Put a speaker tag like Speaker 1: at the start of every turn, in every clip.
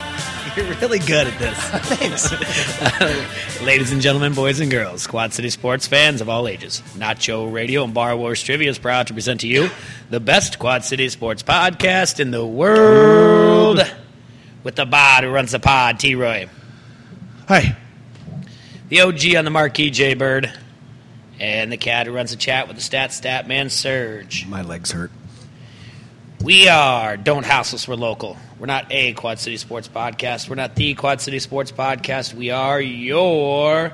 Speaker 1: You're really good at this. Thanks. ladies and gentlemen, boys and girls, Quad City sports fans of all ages, Nacho Radio and Bar Wars Trivia is proud to present to you the best Quad City sports podcast in the world with the bod who runs the pod, T Roy.
Speaker 2: Hi.
Speaker 1: The OG on the marquee, J Bird. And the cat who runs the chat with the stat stat man, Surge.
Speaker 2: My legs hurt.
Speaker 1: We are Don't House Us, we're local. We're not a Quad City Sports podcast. We're not the Quad City Sports podcast. We are your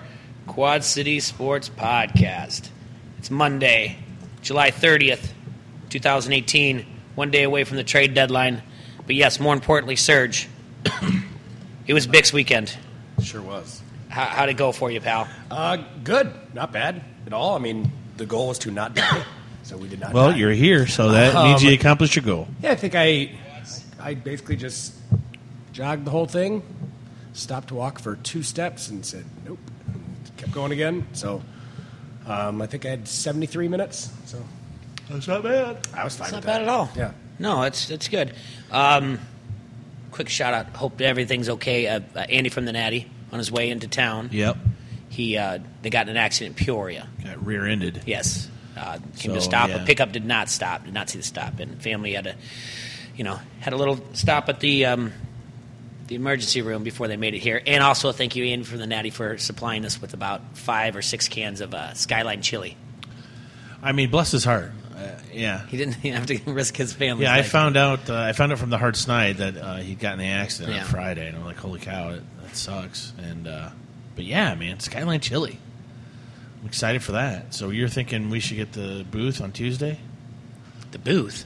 Speaker 1: Quad City Sports podcast. It's Monday, July 30th, 2018, one day away from the trade deadline. But yes, more importantly, Surge, it was Bix weekend.
Speaker 3: Sure was.
Speaker 1: How, how'd it go for you, pal?
Speaker 3: Uh, good. Not bad at all. I mean, the goal was to not die, so we did not.
Speaker 2: Well,
Speaker 3: die.
Speaker 2: you're here, so that
Speaker 1: Oh,
Speaker 2: means
Speaker 3: Um,
Speaker 2: you accomplished your goal.
Speaker 3: Yeah, I think I, I basically just jogged the whole thing, stopped to walk for two steps, and said nope, and kept going again. So, um, I think I had 73 minutes. So
Speaker 2: That's not bad.
Speaker 3: I was fine.
Speaker 1: It's not
Speaker 3: with
Speaker 1: bad
Speaker 3: that.
Speaker 1: at all.
Speaker 3: Yeah.
Speaker 1: No, it's it's good. Um, quick shout out. Hope everything's okay. Uh, uh, Andy from the Natty on his way into town.
Speaker 2: Yep.
Speaker 1: He uh, they got in an accident in Peoria.
Speaker 2: Got rear-ended.
Speaker 1: Yes. Uh, came to
Speaker 2: So,
Speaker 1: stop.
Speaker 2: yeah.
Speaker 1: A pickup did not stop. Did not see the stop. And family had a, you know, had a little stop at the um, the emergency room before they made it here. And also thank you, Andy from the Natty, for supplying us with about five or six cans of uh, Skyline chili.
Speaker 2: I mean, bless his heart. Uh, yeah.
Speaker 1: He didn't have to risk his family.
Speaker 2: Yeah, I found out. Uh, I found out from the hard snide that uh, he'd gotten in the accident
Speaker 1: Yeah.
Speaker 2: on Friday, and I'm like, "Holy cow, that, that sucks!" And uh, but yeah, man, Skyline Chili. I'm excited for that. So you're thinking we should get the booth on Tuesday,
Speaker 1: the booth.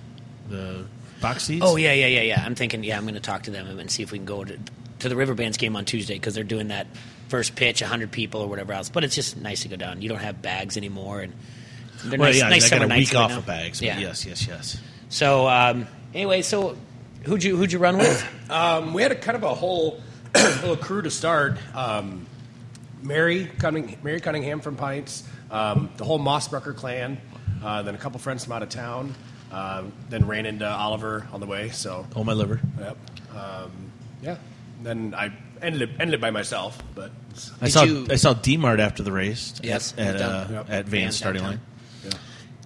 Speaker 2: the box seats.
Speaker 1: Oh yeah, yeah, yeah, yeah. I'm thinking, yeah, I'm going to talk to them and see if we can go to, to the Riverbands game on Tuesday because they're doing that first pitch, 100 people or whatever else. But it's just nice to go down. You don't have bags anymore, and they're
Speaker 2: Well,
Speaker 1: nice,
Speaker 2: yeah,
Speaker 1: nice
Speaker 2: I got
Speaker 1: summer
Speaker 2: a
Speaker 1: nights
Speaker 2: week
Speaker 1: right
Speaker 2: off
Speaker 1: now.
Speaker 2: of bags. But
Speaker 1: Yeah.
Speaker 2: Yes, yes, yes.
Speaker 1: So um, anyway, so who'd you who'd you run with?
Speaker 3: Um, we had a kind of a whole little crew to start. Um, Mary Cunning, Mary Cunningham from Pints, um, the whole Mossbrucker clan, uh, then a couple friends from out of town, um, then ran into Oliver on the way. So
Speaker 2: Oh my liver.
Speaker 3: yep, um, yeah. Then I ended it, ended it by myself, but
Speaker 2: I
Speaker 1: Did
Speaker 2: saw
Speaker 1: you-
Speaker 2: I saw Dmart after the race.
Speaker 1: Yes,
Speaker 2: at at, uh,
Speaker 1: down-
Speaker 3: yep.
Speaker 2: at
Speaker 1: down-
Speaker 2: Van's starting
Speaker 1: downtown.
Speaker 2: line.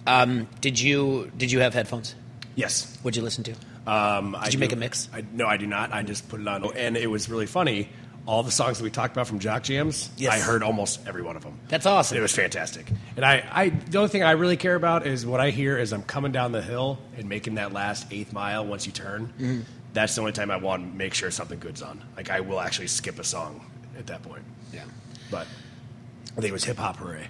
Speaker 3: yeah.
Speaker 1: Um, did you did you have headphones?
Speaker 3: yes.
Speaker 1: What'd you listen to?
Speaker 3: Um, Did I
Speaker 1: you
Speaker 3: do-
Speaker 1: make a mix?
Speaker 3: I, no, I do not. I just put it on, and it was really funny. All the songs that we talked about from Jock Jams,
Speaker 1: Yes.
Speaker 3: I heard almost every one of them.
Speaker 1: That's awesome.
Speaker 3: It was fantastic. And I, I, the only thing I really care about is what I hear is I'm coming down the hill and making that last eighth mile once you turn.
Speaker 1: Mm-hmm.
Speaker 3: That's the only time I want to make sure something good's on. Like I will actually skip a song at that point.
Speaker 1: yeah.
Speaker 3: But I think it was hip hop hooray.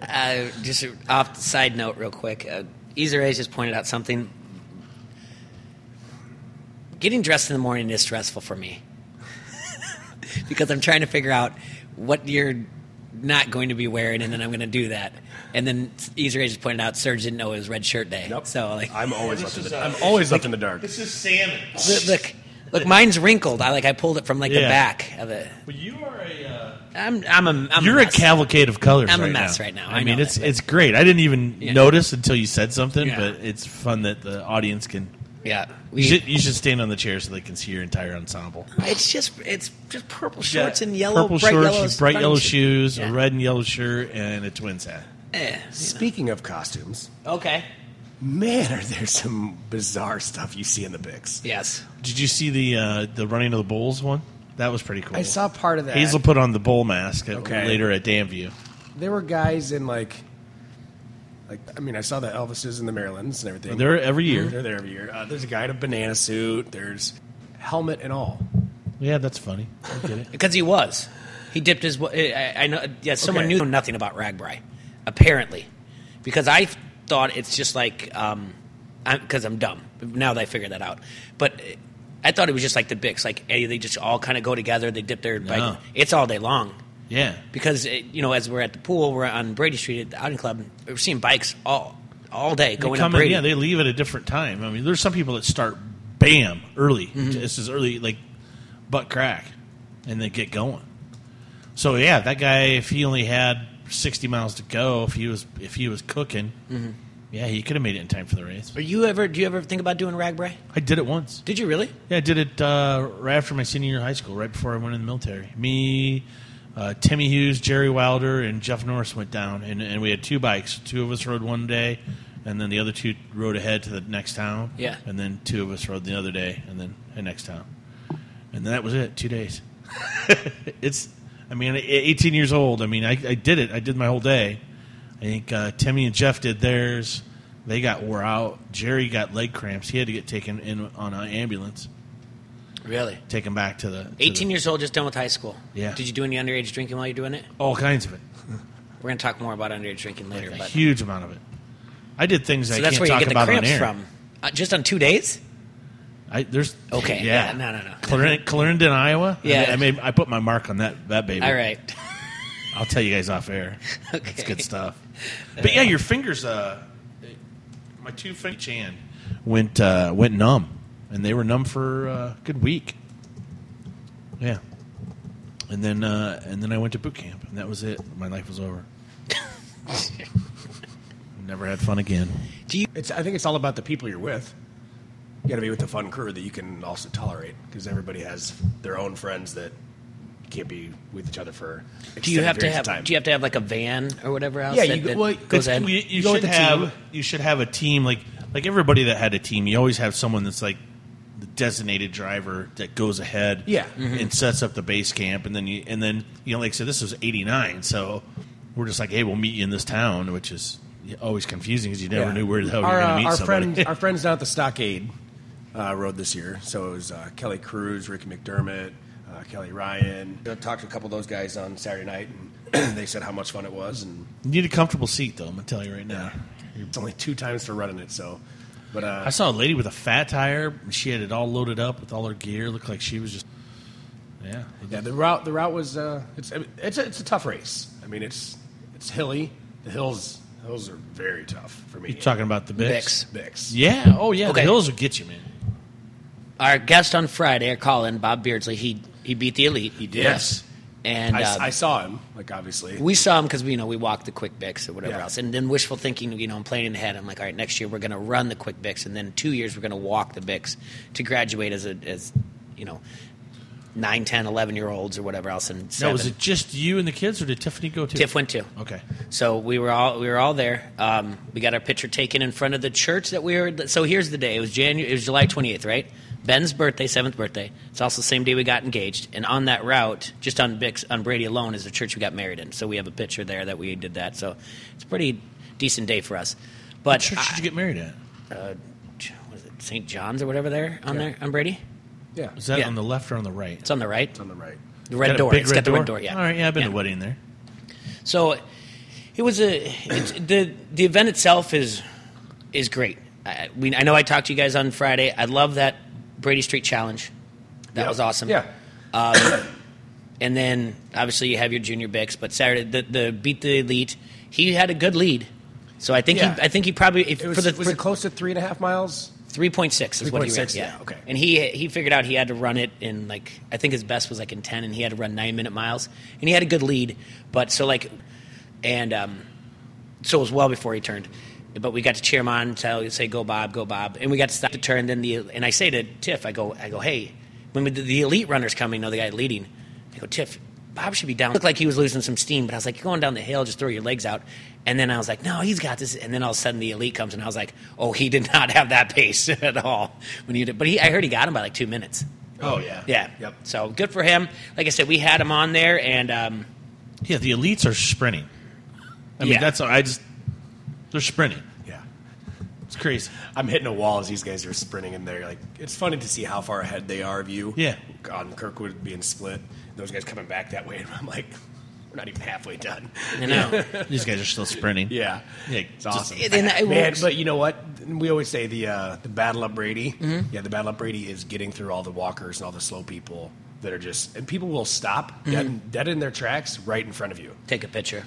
Speaker 1: Uh, just a- off the side note, real quick. Uh, Ezer Hayes just pointed out something. Getting dressed in the morning is stressful for me because I'm trying to figure out what you're not going to be wearing, and then I'm going to do that. And then Ezer Hayes just pointed out Serge didn't know it was Red Shirt Day.
Speaker 3: Nope.
Speaker 1: So like,
Speaker 3: I'm always left in
Speaker 2: is
Speaker 3: the,
Speaker 2: a-
Speaker 3: I'm always left in the dark.
Speaker 2: is salmon.
Speaker 1: look, look, look, mine's wrinkled. I like I pulled it from like the
Speaker 2: Yeah.
Speaker 1: back of it.
Speaker 2: But you are a. Uh...
Speaker 1: I'm I'm a I'm
Speaker 2: You're
Speaker 1: a,
Speaker 2: a
Speaker 1: mess.
Speaker 2: cavalcade of colors.
Speaker 1: I'm a
Speaker 2: right
Speaker 1: mess
Speaker 2: now.
Speaker 1: right now.
Speaker 2: I,
Speaker 1: I
Speaker 2: mean,
Speaker 1: know
Speaker 2: it's
Speaker 1: that, but-
Speaker 2: it's great. I didn't even
Speaker 1: Yeah.
Speaker 2: notice until you said something,
Speaker 1: Yeah.
Speaker 2: but it's fun that the audience can.
Speaker 1: Yeah,
Speaker 2: You
Speaker 1: we,
Speaker 2: should, you should stand on the chair so they can see your entire ensemble.
Speaker 1: It's just it's just purple shorts
Speaker 2: Yeah.
Speaker 1: and yellow
Speaker 2: purple
Speaker 1: bright
Speaker 2: shorts,
Speaker 1: yellow,
Speaker 2: bright yellow
Speaker 1: sponge-
Speaker 2: shoes,
Speaker 1: Yeah.
Speaker 2: a red and yellow shirt, and a twins hat.
Speaker 1: Eh.
Speaker 3: Speaking of costumes,
Speaker 1: Okay.
Speaker 3: man, are there some bizarre stuff you see in the pics?
Speaker 1: Yes.
Speaker 2: Did you see the uh, the running of the bulls one? That was pretty cool.
Speaker 3: I saw part of that.
Speaker 2: Hazel put on the bull mask at,
Speaker 3: Okay.
Speaker 2: later at Danview.
Speaker 3: There were guys in like, like I mean, I saw the Elvises and the Marylands and everything.
Speaker 2: They're every year.
Speaker 3: They're there every year. Uh, there's a guy in a banana suit. There's helmet and all.
Speaker 2: Yeah, that's funny. I get it.
Speaker 1: Because he was. He dipped his. eh, I, I know. Yeah, someone
Speaker 3: Okay.
Speaker 1: knew nothing about Ragbri, apparently, because I thought it's just like um, because I'm dumb. Now that I figured that out, but uh, I thought it was just like the Bix. Like eh, they just all kind of go together. They dip their.
Speaker 2: No.
Speaker 1: Bike. It's all day long.
Speaker 2: Yeah.
Speaker 1: Because eh, you know, as we're at the pool, we're on Brady Street at the outing club. We're seeing bikes all all day
Speaker 2: They
Speaker 1: going up
Speaker 2: come in,
Speaker 1: Brady.
Speaker 2: yeah, they leave at a different time. I mean, there's some people that start bam early.
Speaker 1: Mm-hmm.
Speaker 2: This is early, like butt crack, and they get going. So
Speaker 1: Mm-hmm.
Speaker 2: yeah, that guy, if he only had 60 miles to go, if he was if he was cooking, Yeah, he could have made it in time for the race.
Speaker 1: Are you ever? Do you ever think about doing ragbrai?
Speaker 2: I did it once.
Speaker 1: Did you really?
Speaker 2: Yeah, I did it uh, right after my senior year of high school, right before I went in the military. Me, uh, Timmy Hughes, Jerry Wilder, and Jeff Norris went down, and, and we had two bikes. Two of us rode one day, and then the other two rode ahead to the next town.
Speaker 1: Yeah.
Speaker 2: And then two of us rode the other day, and then the next town. And that was it, two days. it's, I mean, at 18 years old. I mean, I, I did it. I did my whole day. I think uh, Timmy and Jeff did theirs. They got wore out. Jerry got leg cramps. He had to get taken in on an ambulance
Speaker 1: Really?
Speaker 2: take him back to the to
Speaker 1: Eighteen
Speaker 2: the-
Speaker 1: years old, just done with high school.
Speaker 2: Yeah.
Speaker 1: Did you do any underage drinking while you're doing it?
Speaker 2: all kinds of it,
Speaker 1: We're gonna talk more about underage drinking later,
Speaker 2: a
Speaker 1: but
Speaker 2: huge amount of it. I did things I
Speaker 1: so that's
Speaker 2: can't
Speaker 1: where you
Speaker 2: talk
Speaker 1: get the
Speaker 2: about on
Speaker 1: cramps
Speaker 2: air.
Speaker 1: from. Uh, just on two days?
Speaker 2: I, there's
Speaker 1: Okay,
Speaker 2: yeah,
Speaker 1: yeah, no, no, no.
Speaker 2: Clarendon, Clarendon, Iowa. I
Speaker 1: Yeah.
Speaker 2: made- I made I put my mark on that that baby.
Speaker 1: All right.
Speaker 2: I'll tell you guys off air.
Speaker 1: Okay.
Speaker 2: It's good stuff. But yeah, your fingers, uh, my two fingers, each hand went uh, went numb, and they were numb for uh, a good week. Yeah, and then uh, and then I went to boot camp, and that was it. My life was over. Never had fun again.
Speaker 3: It's, I think it's all about the people you're with. You got to be with a fun crew that you can also tolerate because everybody has their own friends that can't be with each other for.
Speaker 1: Do you
Speaker 3: extended
Speaker 1: have to
Speaker 3: periods of
Speaker 1: have?
Speaker 3: time.
Speaker 1: Do you have to have like a van or whatever else?
Speaker 3: Yeah,
Speaker 1: that,
Speaker 3: you-
Speaker 1: that
Speaker 3: well,
Speaker 2: It's-
Speaker 1: goes ahead.
Speaker 2: You, you
Speaker 3: Go
Speaker 2: should
Speaker 3: with the team.
Speaker 2: have you should have a team like like everybody that had a team. You always have someone that's like the designated driver that goes ahead,
Speaker 3: Yeah.
Speaker 2: and sets up the base camp, and then you and then you know like I said, this was '89, so we're just like, hey, we'll meet you in this town, which is always confusing because you never
Speaker 3: Yeah.
Speaker 2: knew where the hell
Speaker 3: our,
Speaker 2: you were going
Speaker 3: uh,
Speaker 2: to meet
Speaker 3: our
Speaker 2: somebody.
Speaker 3: friends, our friends down at the Stockade uh, rode this year. So it was uh, Kelly Cruz, Ricky McDermott, uh, Kelly Ryan. I talked to a couple of those guys on Saturday night, and they said how much fun it was. And
Speaker 2: you need a comfortable seat, though. I'm gonna tell you right now.
Speaker 3: it's only two times for running it, so. But uh,
Speaker 2: I saw a lady with a fat tire. She had it all loaded up with all her gear. Looked like she was just yeah.
Speaker 3: Yeah, the route the route was uh, it's it's a, it's a tough race. I mean, it's it's hilly. The hills hills are very tough for me.
Speaker 2: You're talking about the Bix.
Speaker 1: Bix.
Speaker 3: Bix.
Speaker 2: Yeah. Oh yeah.
Speaker 1: Okay.
Speaker 2: The hills will get you, man.
Speaker 1: Our guest on Friday, our call-in, Bob Beardsley, he he beat the elite. He
Speaker 3: did. Yes.
Speaker 1: And
Speaker 3: I,
Speaker 2: um,
Speaker 1: uh,
Speaker 3: I saw him. Like obviously,
Speaker 1: we saw him because you know we walked the quick bix or whatever
Speaker 3: Yeah.
Speaker 1: else, and then wishful thinking, you know, I'm playing in the head. I'm like, all right, next year we're going to run the quick bix, and then two years we're going to walk the bix to graduate as a as you know. 9, 10, 11 year olds or whatever else, and
Speaker 2: No,
Speaker 1: seven.
Speaker 2: was it just you and the kids, or did Tiffany go too?
Speaker 1: Tiff went too.
Speaker 2: Okay.
Speaker 1: So we were all we were all there. Um, we got our picture taken in front of the church that we were. So here's the day. It was January. It was July 28th, right? Ben's birthday, seventh birthday. It's also the same day we got engaged. And on that route, just on Bix, on Brady alone, is the church we got married in. So we have a picture there that we did that. So it's a pretty decent day for us. But
Speaker 2: What church
Speaker 1: I-
Speaker 2: did you get married at?
Speaker 1: uh, was it St. John's or whatever there on
Speaker 3: Yeah.
Speaker 1: there on Brady?
Speaker 3: yeah,
Speaker 2: Is
Speaker 3: it's
Speaker 2: that
Speaker 1: Yeah.
Speaker 2: on the left or on the right?
Speaker 1: It's on the right.
Speaker 3: on the right.
Speaker 1: The red
Speaker 2: Got a
Speaker 1: door.
Speaker 2: big
Speaker 1: It's got the red door. Yeah.
Speaker 2: All right. Yeah, I've been to
Speaker 1: Yeah.
Speaker 2: a wedding there.
Speaker 1: So it was a it's, the the event itself is is great. I, we, I know I talked to you guys on Friday. I love that Brady Street Challenge. That
Speaker 3: Yeah.
Speaker 1: was awesome.
Speaker 3: Yeah,
Speaker 1: And then obviously you have your junior bix, but Saturday the, the beat the elite. He had a good lead, so I think
Speaker 3: Yeah.
Speaker 1: he I think he probably if,
Speaker 3: it was.
Speaker 1: for the
Speaker 3: was
Speaker 1: for
Speaker 3: it close to three and a half miles?
Speaker 1: three point six is what he ran.
Speaker 3: 3.6,
Speaker 1: Yeah.
Speaker 3: yeah, okay.
Speaker 1: And he he figured out he had to run it in like I think his best was like in ten, and he had to run nine minute miles, and he had a good lead, but so like, and um, so it was well before he turned. But we got to cheer him on, tell say go Bob, go Bob, and we got to stop the turn. Then the and I say to Tiff, I go I go hey, when we, the elite runner's coming, you know the guy leading, I go Tiff. Bob should be down. Looked like he was losing some steam, but I was like, "You're going down the hill, just throw your legs out." And then I was like, "No, he's got this." And then all of a sudden, the elite comes, and I was like, "Oh, he did not have that pace at all." When you did, but he, I heard he got him by like two minutes.
Speaker 2: Oh yeah.
Speaker 1: Yeah.
Speaker 3: Yep.
Speaker 1: So good for him. Like I said, we had him on there, and um,
Speaker 2: Yeah. The elites are sprinting. I
Speaker 1: Yeah.
Speaker 2: mean, that's I just they're sprinting.
Speaker 3: Yeah,
Speaker 2: It's crazy.
Speaker 3: I'm hitting a wall as these guys are sprinting in there. Like it's funny to see how far ahead they are of you.
Speaker 2: Yeah.
Speaker 3: on Kirkwood being split, those guys coming back that way, and I'm like, we're not even halfway done.
Speaker 1: you know,
Speaker 2: These guys are still sprinting.
Speaker 3: Yeah,
Speaker 2: Yeah,
Speaker 3: it's
Speaker 2: just-
Speaker 3: awesome.
Speaker 1: It- and it
Speaker 3: Man,
Speaker 1: works.
Speaker 3: but you know what? We always say the uh, the battle of Brady.
Speaker 1: Mm-hmm.
Speaker 3: Yeah, the battle of Brady is getting through all the walkers and all the slow people that are just and people will stop
Speaker 1: Mm-hmm.
Speaker 3: dead, dead in their tracks right in front of you.
Speaker 1: take a picture.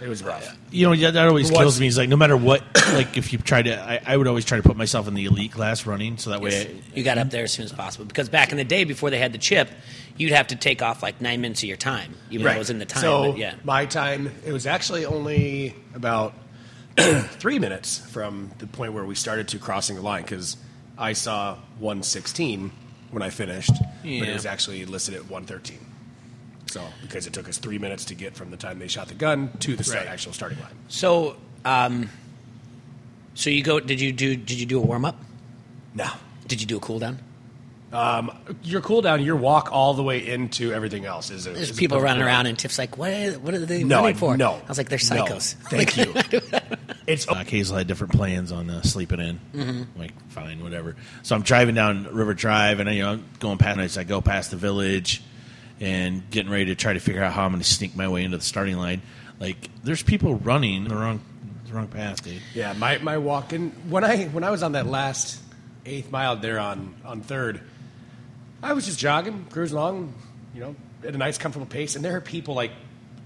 Speaker 3: It was rough.
Speaker 2: You know that, that always
Speaker 3: What's-
Speaker 2: kills me. Is like no matter what, like if you try to, I, I would always try to put myself in the elite class running, so that way. I-
Speaker 1: You got up there as soon as possible because back in the day, before they had the chip, you'd have to take off like nine minutes of your time, even though it was in the time.
Speaker 3: So
Speaker 1: but yeah.
Speaker 3: my time, it was actually only about three minutes from the point where we started to crossing the line because I saw 116 when I finished, but
Speaker 2: Yeah.
Speaker 3: it was actually listed at 113. So because it took us three minutes to get from the time they shot the gun to the start,
Speaker 2: Right.
Speaker 3: actual starting line.
Speaker 1: So, um, so you go? Did you do? Did you do a warm up?
Speaker 3: No.
Speaker 1: Did you do a cool down?
Speaker 3: Your cooldown, your walk all the way into everything else is. A,
Speaker 1: There's
Speaker 3: is a
Speaker 1: people
Speaker 3: perfect
Speaker 1: running
Speaker 3: cooldown.
Speaker 1: around, and Tiff's like, "What? Are, what are they
Speaker 3: No, I,
Speaker 1: running for?"
Speaker 3: no.
Speaker 1: I was like, "They're
Speaker 3: No.
Speaker 1: psychos."
Speaker 3: Thank you. it's
Speaker 2: Uh, Hazel had different plans on uh, sleeping in. I'm like, fine, whatever. So I'm driving down River Drive, and I, you know, I'm going past. and I go past the village, and getting ready to try to figure out how I'm going to sneak my way into the starting line. Like, there's people running the wrong, the wrong path, dude.
Speaker 3: Yeah, my, my walk in when I when I was on that last eighth mile there on on third, I was just jogging, cruising along, you know, at a nice comfortable pace, and there are people like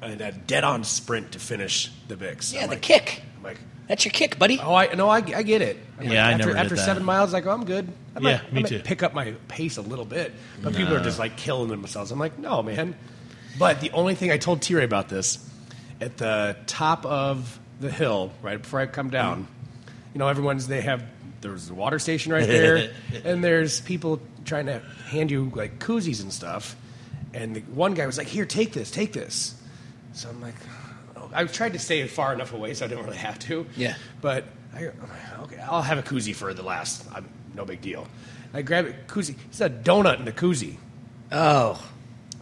Speaker 3: in a dead on sprint to finish the VIX.
Speaker 1: yeah,
Speaker 3: I'm
Speaker 1: the
Speaker 3: like-
Speaker 1: kick.
Speaker 3: I'm like,
Speaker 1: That's your kick, buddy.
Speaker 3: oh, I no, I, I get it. I'm like,
Speaker 2: Yeah, I
Speaker 3: after,
Speaker 2: never did
Speaker 3: after
Speaker 2: that.
Speaker 3: seven miles, like, oh, I'm good. I might,
Speaker 2: Yeah,
Speaker 3: I
Speaker 2: me
Speaker 3: might
Speaker 2: too.
Speaker 3: Pick up my pace a little bit, but people are just like killing themselves. I'm like, no, man. But the only thing I told T Ray about this at the top of the hill, right before I come down,
Speaker 2: Mm-hmm.
Speaker 3: you know, everyone's they have there's a water station right there, and there's people trying to hand you like koozies and stuff. And the one guy was like, "Here, take this, take this." So I'm like, oh. I tried to stay far enough away so I didn't really have to.
Speaker 1: Yeah.
Speaker 3: But I, I'm like, okay, I'll have a koozie for the last. I'm, no big deal. I grab a koozie. It's a donut in a koozie.
Speaker 1: Oh,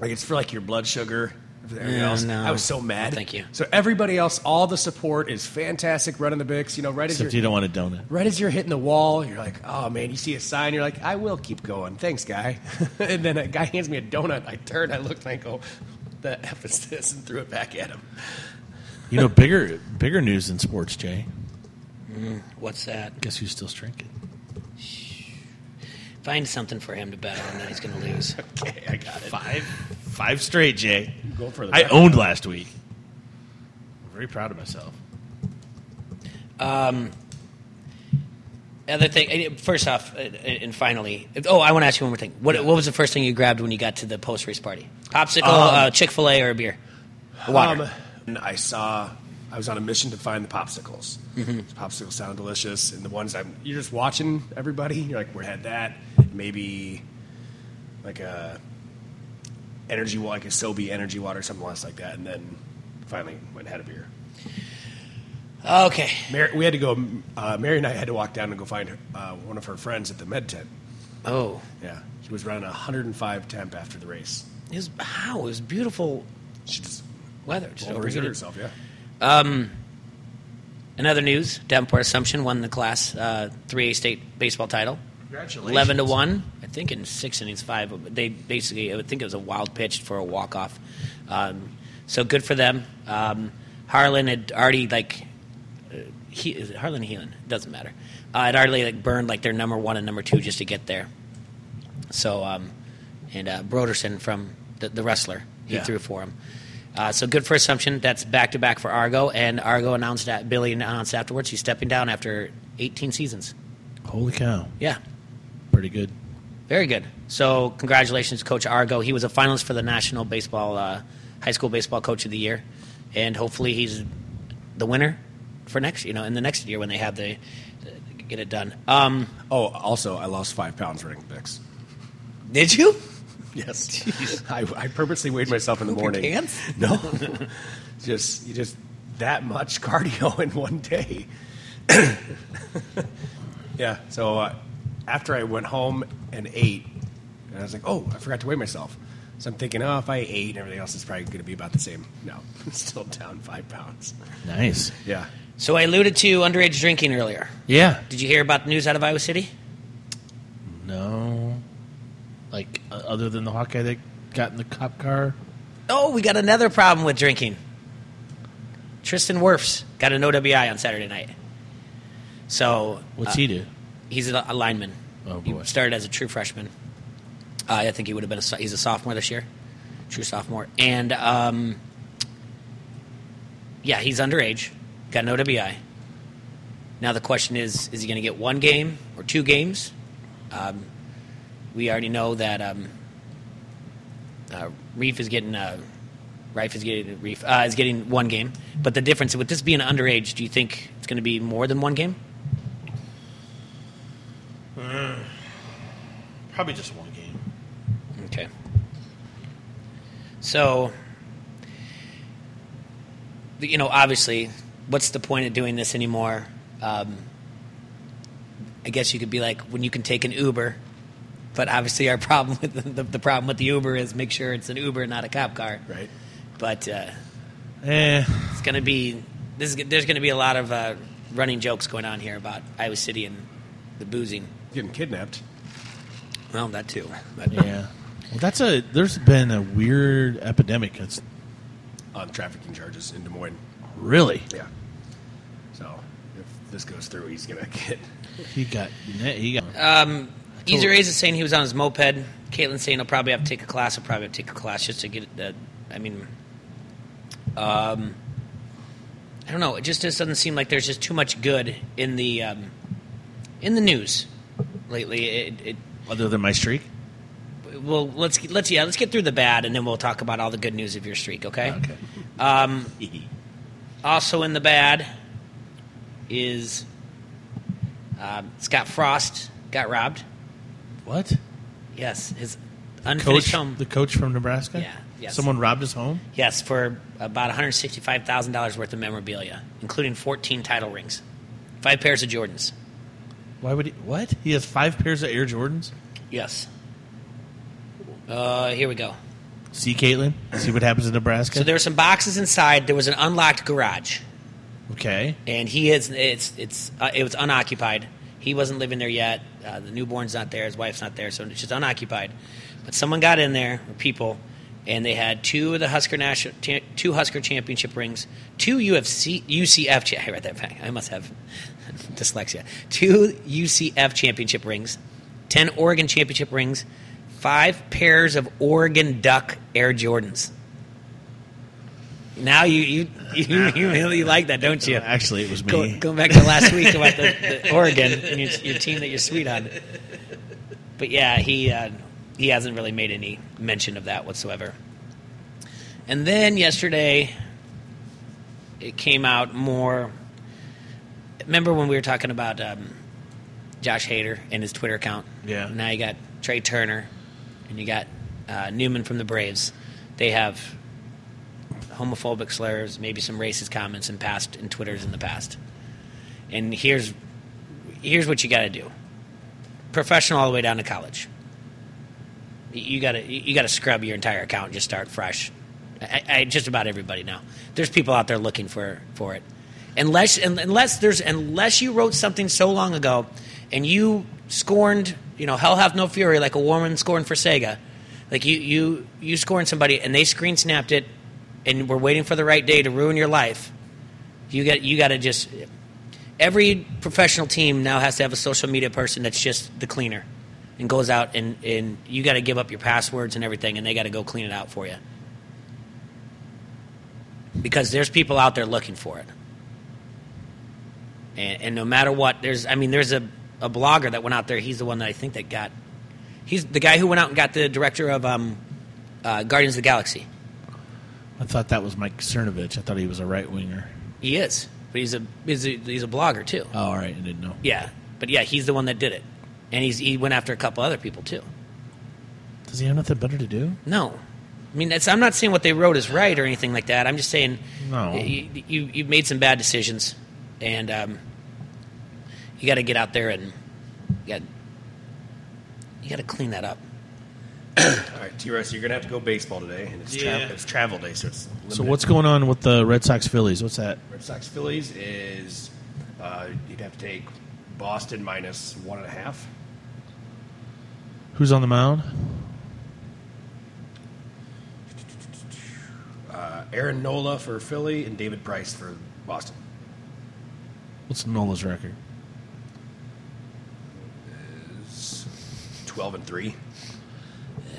Speaker 3: Like it's for like your blood sugar. Everything
Speaker 1: Yeah,
Speaker 3: else.
Speaker 1: no.
Speaker 3: I was so mad.
Speaker 1: Thank you.
Speaker 3: So everybody else, all the support is fantastic. Running the bics, you know, right as
Speaker 2: Except
Speaker 3: you're
Speaker 2: you don't want a donut.
Speaker 3: right as you're hitting the wall, you're like, oh man, you see a sign, you're like, I will keep going. Thanks, guy. and then a guy hands me a donut. I turn, I look, and I go, what the f is this? And threw it back at him.
Speaker 2: You know, bigger, bigger news in sports, Jay.
Speaker 1: what's that?
Speaker 2: Guess who's still drinking?
Speaker 1: Find something for him to bet on that he's going to lose.
Speaker 3: Okay, I got it.
Speaker 2: Five, five straight, Jay.
Speaker 3: Go for the
Speaker 2: I
Speaker 3: back.
Speaker 2: owned last week. I'm very proud of myself.
Speaker 1: Other thing, first off, uh, and finally, oh, I want to ask you one more thing. What, what was the first thing you grabbed when you got to the post race party? Popsicle, uh, Chick fil A, or a beer? Water.
Speaker 3: Um, and I saw I was on a mission to find the popsicles. Popsicles sound delicious, and the ones I'm you're just watching everybody. You're like, we had that. Maybe like a energy wa- like a Sobe energy water, something less like that, and then finally went and had a beer.
Speaker 1: okay.
Speaker 3: Mary, we had to go. Uh, Mary and I had to walk down and go find her, uh, one of her friends at the med tent.
Speaker 1: Oh,
Speaker 3: Yeah, she was running 105 temp after the race.
Speaker 1: it was, how? It was beautiful
Speaker 3: She just
Speaker 1: weather. Just
Speaker 3: overheated
Speaker 1: overheated.
Speaker 3: herself. Yeah.
Speaker 1: In other news, Davenport Assumption won the Class uh, 3A state baseball title.
Speaker 2: Congratulations.
Speaker 1: 11 to 1, I think in six innings, five. but They basically, I would think it was a wild pitch for a walk off. Um, so good for them. Um, Harlan had already, like, uh, he, is it Harlan Heelan? Doesn't matter. Uh, had already, like, burned, like, their number one and number two just to get there. So, um, and uh, Broderson from the, the wrestler, he
Speaker 2: Yeah.
Speaker 1: threw for him. Uh, so good for Assumption. That's back to back for Argo, and Argo announced that Billy announced afterwards he's stepping down after 18 seasons.
Speaker 2: Holy cow!
Speaker 1: Yeah,
Speaker 2: Pretty good.
Speaker 1: very good. So congratulations, Coach Argo. He was a finalist for the National Baseball uh, High School Baseball Coach of the Year, and hopefully he's the winner for next. You know, in the next year when they have the get it done. Um,
Speaker 3: Oh, also, I lost five pounds running Vicks.
Speaker 1: did you?
Speaker 3: Yes. I, I purposely weighed myself in the
Speaker 1: Poop your
Speaker 3: morning.
Speaker 1: pants?
Speaker 3: No. just you just that much cardio in one day. yeah. So uh, after I went home and ate, and I was like, oh, I forgot to weigh myself. So I'm thinking, oh, if I ate and everything else, it's probably going to be about the same. No, still down five pounds.
Speaker 2: Nice.
Speaker 3: Yeah.
Speaker 1: So I alluded to underage drinking earlier.
Speaker 2: Yeah.
Speaker 1: Did you hear about the news out of Iowa City?
Speaker 2: No. Like uh, other than the Hawkeye that got in the cop car.
Speaker 1: Oh, we got another problem with drinking. Tristan Wirfs got an OWI on Saturday night. So uh,
Speaker 2: What's he do?
Speaker 1: he's a, a lineman.
Speaker 2: Oh, boy.
Speaker 1: He started as a true freshman. Uh, I think he would have been a so- he's a sophomore this year, true sophomore, and um, yeah, he's underage. Got an OWI. Now the question is: Is he going to get one game or two games? Um, we already know that um, uh, Reef is getting uh, Reif is getting Reif uh, is getting one game. But the difference with this being underage, do you think it's going to be more than one game?
Speaker 2: Probably just one game.
Speaker 1: Okay. So, the- you know, obviously, what's the point of doing this anymore? Um, I guess you could be like when you can take an Uber, but obviously, our problem with the, the, problem with the Uber is make sure it's an Uber, not a cop car.
Speaker 3: Right.
Speaker 1: But uh,
Speaker 2: Eh,
Speaker 1: it's gonna be this is, there's gonna be a lot of uh, running jokes going on here about Iowa City and the boozing.
Speaker 3: Getting kidnapped.
Speaker 1: Well, that too. But,
Speaker 2: yeah. Well, that's a. There's been a weird epidemic. That's
Speaker 3: on trafficking charges in Des Moines.
Speaker 2: really.
Speaker 3: Yeah. So if this goes through, he's gonna get.
Speaker 2: He got. He got.
Speaker 1: Um, Easer A's is saying he was on his moped. Caitlin's saying he'll probably have to take a class. He'll probably have to take a class just to get the. I mean, um, I don't know. It just, just doesn't seem like there's just too much good in the um, in the news lately. It, it
Speaker 2: other than my streak.
Speaker 1: well, let's let's yeah, let's get through the bad, and then we'll talk about all the good news of your streak. Okay. Also in the bad is um, Scott Frost got robbed.
Speaker 2: What?
Speaker 1: Yes, his unfinished
Speaker 2: Coach.
Speaker 1: home.
Speaker 2: The coach from Nebraska.
Speaker 1: Yeah, yes.
Speaker 2: Someone robbed his home.
Speaker 1: Yes, for about $165,000 worth of memorabilia, including 14 title rings, five pairs of Jordans.
Speaker 2: Why would he? What? He has five pairs of Air Jordans.
Speaker 1: Yes. Uh, here we go.
Speaker 2: See Caitlin. See what happens in Nebraska.
Speaker 1: So there were some boxes inside. There was an unlocked garage,
Speaker 2: okay.
Speaker 1: and he is it's it's uh, it was unoccupied. He wasn't living there yet. Uh, the newborn's not there. His wife's not there, so it's just unoccupied. But someone got in there, or people, and they had two of the Husker national, cha- two Husker championship rings, two UFC UCF. Cha- I read that back. I must have dyslexia. Two UCF championship rings, ten Oregon championship rings, five pairs of Oregon Duck Air Jordans. Now you you you, you really like that, don't you?
Speaker 2: Actually, it was me.
Speaker 1: Go, going back to last week about the, the Oregon and your, your team that you're sweet on. But yeah, he uh, he hasn't really made any mention of that whatsoever. And then yesterday, it came out more. Remember when we were talking about um, Josh Hader and his Twitter account?
Speaker 2: Yeah.
Speaker 1: Now you got Trey Turner, and you got uh, Newman from the Braves. They have homophobic slurs, maybe some racist comments in past in Twitters in the past. And here's here's what you got to do. Professional all the way down to college. Y- You got to you got to scrub your entire account and just start fresh. I, I, just about everybody now. There's people out there looking for for it. Unless un- unless there's unless you wrote something so long ago and you scorned, you know, hell hath no fury like a woman scorned for Sega. Like you you you scorned somebody and they screen snapped it and we're waiting for the right day to ruin your life. You got you got to just every professional team now has to have a social media person that's just the cleaner and goes out and, and you got to give up your passwords and everything and they got to go clean it out for you because there's people out there looking for it and, and no matter what there's i mean there's a, a blogger that went out there he's the one that i think that got he's the guy who went out and got the director of um, uh, guardians of the galaxy
Speaker 2: I thought that was Mike Cernovich. I thought he was a right winger.
Speaker 1: he is but he's a he's a, he's a blogger too
Speaker 2: Oh, all right. I didn't know.
Speaker 1: yeah but yeah he's the one that did it and he's he went after a couple other people too
Speaker 2: Does he have nothing better to do?
Speaker 1: No. I mean, that's, I'm not saying what they wrote is right or anything like that. I'm just saying
Speaker 2: No.
Speaker 1: you, you, you've made some bad decisions, and um, you got to get out there and you got you got to clean that up.
Speaker 3: All right, T. Russ, you're gonna have to go baseball today, and it's,
Speaker 2: Yeah.
Speaker 3: tra- it's travel day, so it's limited.
Speaker 2: So what's going on with the Red Sox Phillies? What's that?
Speaker 3: Red Sox Phillies is uh, you'd have to take Boston minus one and a half.
Speaker 2: Who's on the mound?
Speaker 3: Uh, Aaron Nola for Philly and David Price for Boston.
Speaker 2: What's Nola's record?
Speaker 3: It's Twelve and three.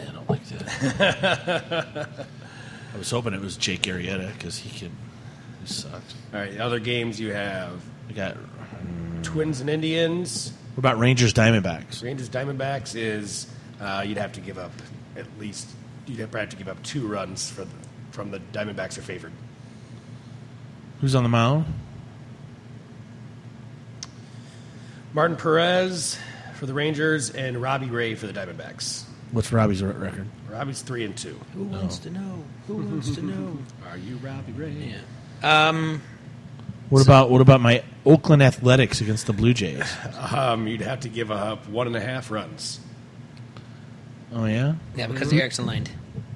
Speaker 2: I don't like that. I was hoping it was Jake Arrieta because he could. He sucked.
Speaker 3: All right, the other games you have
Speaker 2: We got. What Hmm.
Speaker 3: Twins and Indians.
Speaker 2: about Rangers Diamondbacks?
Speaker 3: Rangers Diamondbacks is uh, you'd have to give up at least you'd have, probably have to give up two runs for the from the Diamondbacks are favored.
Speaker 2: Who's on the mound?
Speaker 3: Martin Perez for the Rangers and Robbie Ray for the Diamondbacks.
Speaker 2: What's Robbie's r- record?
Speaker 3: Robbie's three and two.
Speaker 1: Who wants to know? Who wants to know?
Speaker 3: Are you Robbie Ray?
Speaker 1: Um,
Speaker 2: What about what about my Oakland Athletics against the Blue Jays?
Speaker 3: Um, you'd have to give up one and a half runs.
Speaker 2: Oh yeah,
Speaker 1: yeah, because the Erickson lined.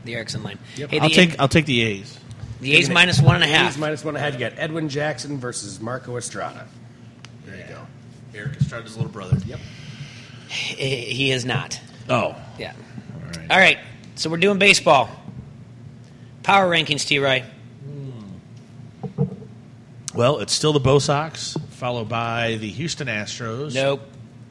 Speaker 1: The Erickson line.
Speaker 3: Yep.
Speaker 1: Hey, the,
Speaker 2: I'll take I'll take the A's.
Speaker 1: the A's minus one and a half.
Speaker 3: A's minus one and a half. You got Edwin Jackson versus Marco Estrada.
Speaker 2: There you go. Eric Estrada's little brother.
Speaker 3: Yep.
Speaker 1: He he is not.
Speaker 2: Oh,
Speaker 1: Yeah.
Speaker 2: all right.
Speaker 1: All right. So we're doing baseball. Power rankings, T. Roy.
Speaker 2: Well, it's still the Bo Sox, followed by the Houston Astros.
Speaker 1: Nope.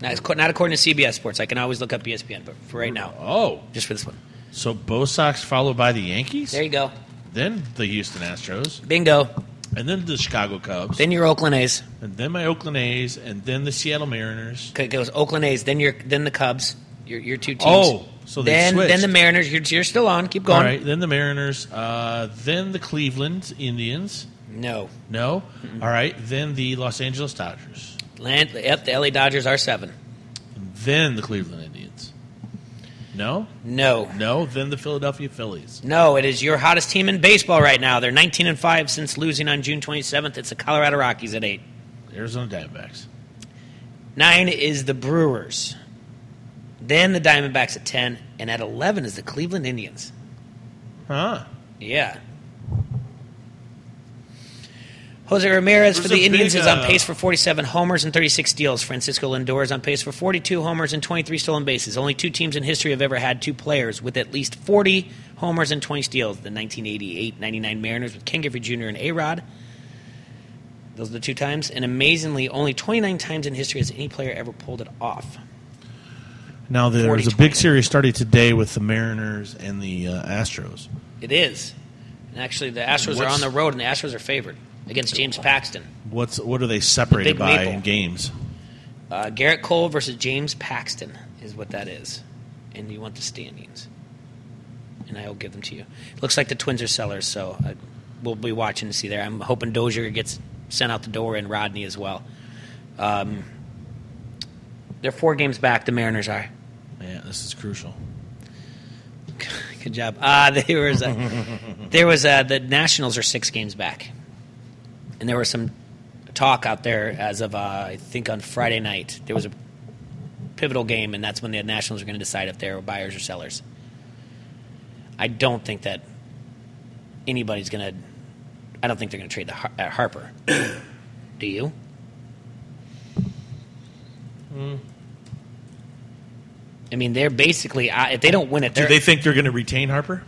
Speaker 1: Not, ac- not according to CBS Sports. I can always look up E ESPN, but for right now,
Speaker 2: Oh,
Speaker 1: just for this one.
Speaker 2: so Bo Sox followed by the Yankees,
Speaker 1: There you go.
Speaker 2: then the Houston Astros,
Speaker 1: Bingo.
Speaker 2: and then the Chicago Cubs,
Speaker 1: Then your Oakland A's.
Speaker 2: and then my Oakland A's, and then the Seattle Mariners.
Speaker 1: 'Kay, It goes Oakland A's. Then your then the Cubs. Your your two teams.
Speaker 2: Oh, so they
Speaker 1: then
Speaker 2: switched.
Speaker 1: then the Mariners. You're, you're still on. Keep
Speaker 2: All
Speaker 1: going.
Speaker 2: right, then the Mariners, uh, then the Cleveland Indians.
Speaker 1: No.
Speaker 2: No. All right, then the Los Angeles Dodgers,
Speaker 1: Land, yep. The LA Dodgers are seven.
Speaker 2: and then the Cleveland Indians. No,
Speaker 1: No.
Speaker 2: no, then the Philadelphia Phillies.
Speaker 1: No, it is your hottest team in baseball right now. They're 19 and 5 since losing on June 27th. It's the Colorado Rockies at 8.
Speaker 2: Arizona Diamondbacks.
Speaker 1: 9 is the Brewers. Then the Diamondbacks at 10 and at 11 is the Cleveland Indians.
Speaker 2: Huh.
Speaker 1: Yeah. Jose Ramirez for
Speaker 2: There's
Speaker 1: the
Speaker 2: a
Speaker 1: Indians
Speaker 2: big,
Speaker 1: is on
Speaker 2: uh,
Speaker 1: pace for 47 homers and 36 steals. Francisco Lindor is on pace for 42 homers and 23 stolen bases. Only two teams in history have ever had two players with at least 40 homers and 20 steals. The 1988-99 Mariners with Ken Griffey Jr. and A-Rod. Those are the two times. And amazingly, only 29 times in history has any player ever pulled it off.
Speaker 2: Now there's a
Speaker 1: 40-20.
Speaker 2: big series starting today with the Mariners and the uh, Astros.
Speaker 1: It is. And actually, the Astros are
Speaker 2: What's- uh,
Speaker 1: on the road, and the Astros are favored against James Paxton.
Speaker 2: What's what are they separated
Speaker 1: big
Speaker 2: by
Speaker 1: maple.
Speaker 2: in games?
Speaker 1: Uh, Garrett Cole versus James Paxton is what that is. And you want the standings. And I will give them to you. Looks like the Twins are sellers, so I, we'll be watching to see there. I'm hoping Dozier gets sent out the door and Rodney as well. Um, they're four games back, the Mariners are.
Speaker 2: Yeah, this is crucial.
Speaker 1: Good job. Ah, there was a, there was a, the Nationals are six games back, and there was some talk out there as of uh, I think on Friday night there was a pivotal game, and that's when the Nationals are going to decide if they're buyers or sellers. I don't think that anybody's going to. I don't think they're going to trade the Har- uh, Harper. Do you?
Speaker 2: Hmm.
Speaker 1: I mean, they're basically uh, if they don't win it,
Speaker 2: Do
Speaker 1: they're
Speaker 2: they think they're going to retain Harper?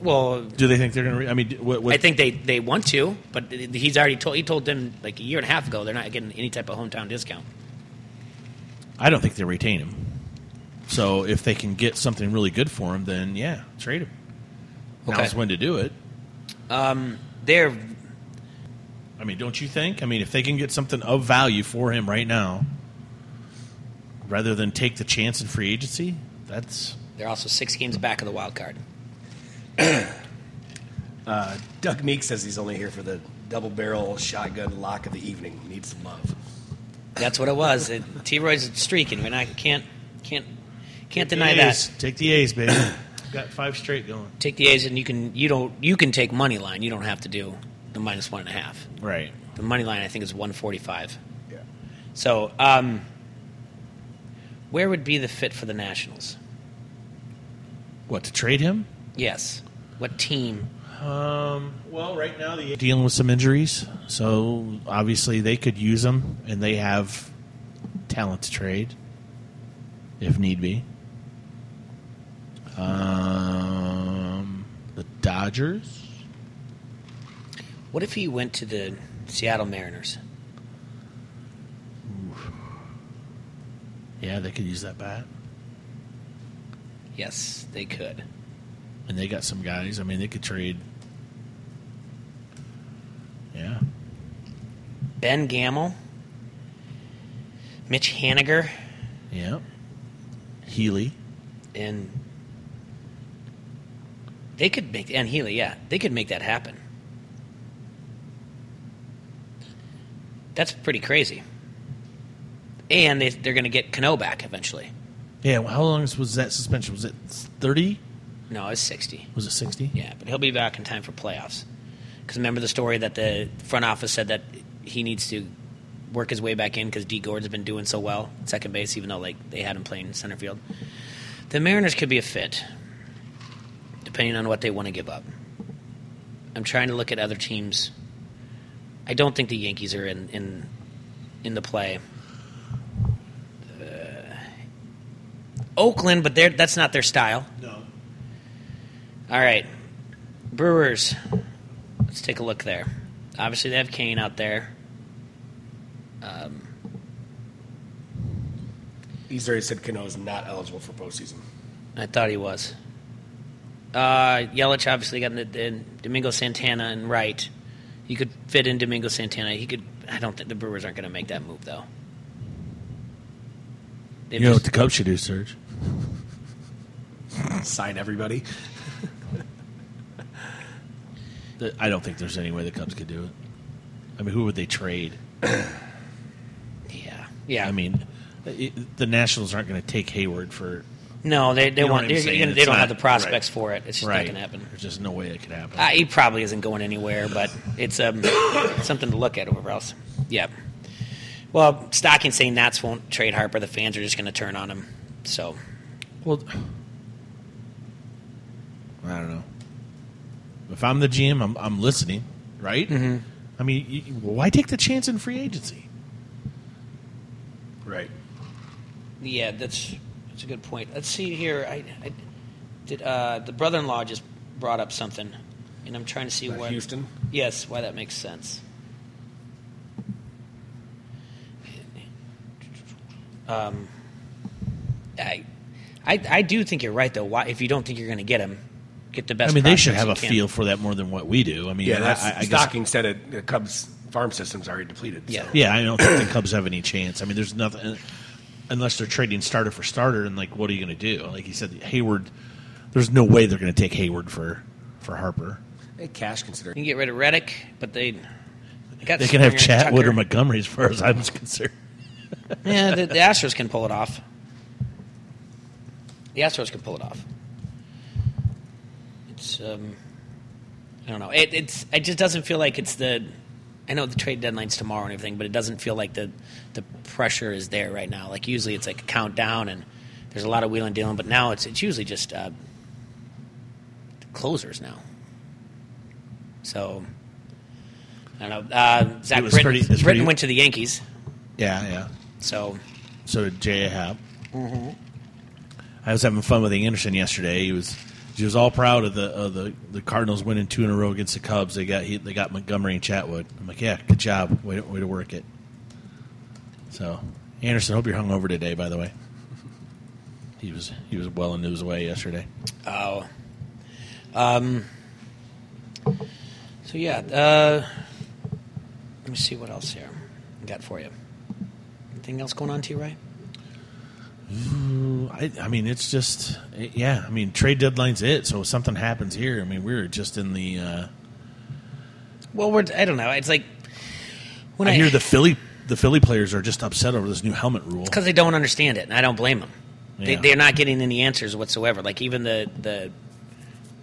Speaker 1: well.
Speaker 2: Do they think they're going to? Re- I mean, do- what, what,
Speaker 1: I think they, they want to, but he's already told he told them like a year and a half ago they're not getting any type of hometown discount.
Speaker 2: I don't think they retain him. So if they can get something really good for him, then yeah, trade him.
Speaker 1: Okay.
Speaker 2: Now's when to do it.
Speaker 1: They're
Speaker 2: I mean, don't you think? I mean, if they can get something of value for him right now, rather than take the chance in free agency, that's
Speaker 1: they're also six games back of the wild card.
Speaker 3: Doug Meek says he's only here for the double barrel shotgun lock of the evening. Needs some love.
Speaker 1: That's what it was. It- T-Roy's streaking. We're not can't can't can't deny
Speaker 2: the
Speaker 1: that.
Speaker 2: A's. Take the A's, baby. Got five straight going.
Speaker 1: Take the A's and you can you don't you can take money line. You don't have to do the minus one and a half.
Speaker 2: Right.
Speaker 1: The money line I think is one forty five.
Speaker 3: Yeah.
Speaker 1: So um, where would be the fit for the Nationals?
Speaker 2: What to trade him?
Speaker 1: Yes. What team?
Speaker 2: Um, well, right now the dealing with some injuries, so obviously they could use them, and they have talent to trade if need be. Um, the Dodgers.
Speaker 1: What if he went to the Seattle Mariners?
Speaker 2: Yeah, they could use that bat,
Speaker 1: Yes, they could.
Speaker 2: and they got some guys. I mean, they could trade. Yeah,
Speaker 1: Ben Gamel, Mitch Haniger,
Speaker 2: yeah. Healy.
Speaker 1: and They could make and Healy, yeah, they could make that happen. That's pretty crazy. And they, they're going to get Cano back eventually.
Speaker 2: Yeah. Well, how long was that suspension? Was it thirty?
Speaker 1: No, it's sixty.
Speaker 2: Was it sixty?
Speaker 1: Yeah, but he'll be back in time for playoffs. Because remember the story that the front office said that he needs to work his way back in because D Gord's been doing so well at second base, even though like they had him playing center field. The Mariners could be a fit, depending on what they want to give up. I'm trying to look at other teams. I don't think the Yankees are in in in the play. Uh, Oakland, but they're, that's not their style.
Speaker 2: No.
Speaker 1: All right. Brewers. Let's take a look there. Obviously, they have Kane out there.
Speaker 3: He's already said Cano is not eligible for postseason.
Speaker 1: I thought he was. Uh, Yelich obviously got in, the- in Domingo Santana and Wright. He could fit in Domingo Santana. He could. I don't think the Brewers aren't going to make that move though. They've
Speaker 2: You know what
Speaker 1: just-
Speaker 2: the Cubs should do, Serge?
Speaker 3: Sign everybody.
Speaker 2: The- I don't think there's any way the Cubs could do it. I mean, who would they trade?
Speaker 1: yeah, yeah.
Speaker 2: I mean, it, the Nationals aren't going to take Hayward for
Speaker 1: no, they they
Speaker 2: You know
Speaker 1: won't.
Speaker 2: what I'm
Speaker 1: They're,
Speaker 2: saying,
Speaker 1: gonna- they
Speaker 2: it's
Speaker 1: don't have
Speaker 2: not-
Speaker 1: the prospects
Speaker 2: right.
Speaker 1: for it. It's just
Speaker 2: right.
Speaker 1: not going to happen.
Speaker 2: There's just no way it could happen.
Speaker 1: Uh, he probably isn't going anywhere, but it's um, something to look at over else. Yep. Well, Stocking saying Nats won't trade Harper. The fans are just going to turn on him. So
Speaker 2: well, I don't know. If I'm the GM, I'm, I'm listening, right? Mm-hmm. I mean, you, you- why take the chance in free agency?
Speaker 3: Right.
Speaker 1: Yeah, that's that's a good point. Let's see here. I, I did uh, the brother-in-law just brought up something, and I'm trying to see
Speaker 3: Not
Speaker 1: why.
Speaker 3: Uh, Houston.
Speaker 1: Yes, why that makes sense. Um, I, I, I do think you're right though. Why, if you don't think you're going to get him, get the best.
Speaker 2: I mean, they should
Speaker 1: prospects
Speaker 2: have
Speaker 1: you
Speaker 2: a
Speaker 1: can.
Speaker 2: feel for that more than what we do. I mean,
Speaker 3: Yeah, that's
Speaker 2: I, I guess,
Speaker 3: Stocking said it. The Cubs farm system's already depleted. so.
Speaker 1: Yeah.
Speaker 2: yeah, I don't think the Cubs have any chance. I mean, there's nothing unless they're trading starter for starter, and like, what are you going to do? Like you said, Hayward. There's no way they're going to take Hayward for for Harper.
Speaker 3: Hey, cash considering.
Speaker 1: You can get rid of Reddick, but they. They, got
Speaker 2: They can have
Speaker 1: Springer
Speaker 2: Chatwood
Speaker 1: and
Speaker 2: or
Speaker 1: Tucker.
Speaker 2: Montgomery, as far as I'm concerned.
Speaker 1: Yeah, the, the Astros can pull it off. The Astros can pull it off. It's um, I don't know. It, it's it just doesn't feel like it's the. I know the trade deadline's tomorrow and everything, but it doesn't feel like the the pressure is there right now. Like usually it's like a countdown and there's a lot of wheeling and dealing, but now it's it's usually just uh, closers now. So. I don't know. Uh, Zach
Speaker 2: It was
Speaker 1: Britton,
Speaker 2: pretty- it was
Speaker 1: Britton
Speaker 2: pretty-
Speaker 1: went to the Yankees,
Speaker 2: Yeah, yeah.
Speaker 1: so
Speaker 2: So did J.A. Happ. I was having fun with Anderson yesterday. He was he was all proud of the of the the Cardinals winning two in a row against the Cubs. They got he, they got Montgomery and Chatwood. I'm like, yeah, good job, way to, way to work it. So Anderson, hope you're hungover today. By the way, he was he was well into his way yesterday.
Speaker 1: Oh. Um, so yeah, uh, let me see what else here I got for you. Anything else going on to you, Ray?
Speaker 2: I, I mean, it's just, it- yeah. I mean, trade deadline's it. So if something happens here, I mean, we were just in the. Uh,
Speaker 1: Well, we're I don't know. It's like when
Speaker 2: I,
Speaker 1: I,
Speaker 2: hear the Philly, the Philly players are just upset over this new helmet rule.
Speaker 1: because they don't understand it, and I don't blame them. They,
Speaker 2: Yeah.
Speaker 1: they're not getting any answers whatsoever. Like even the the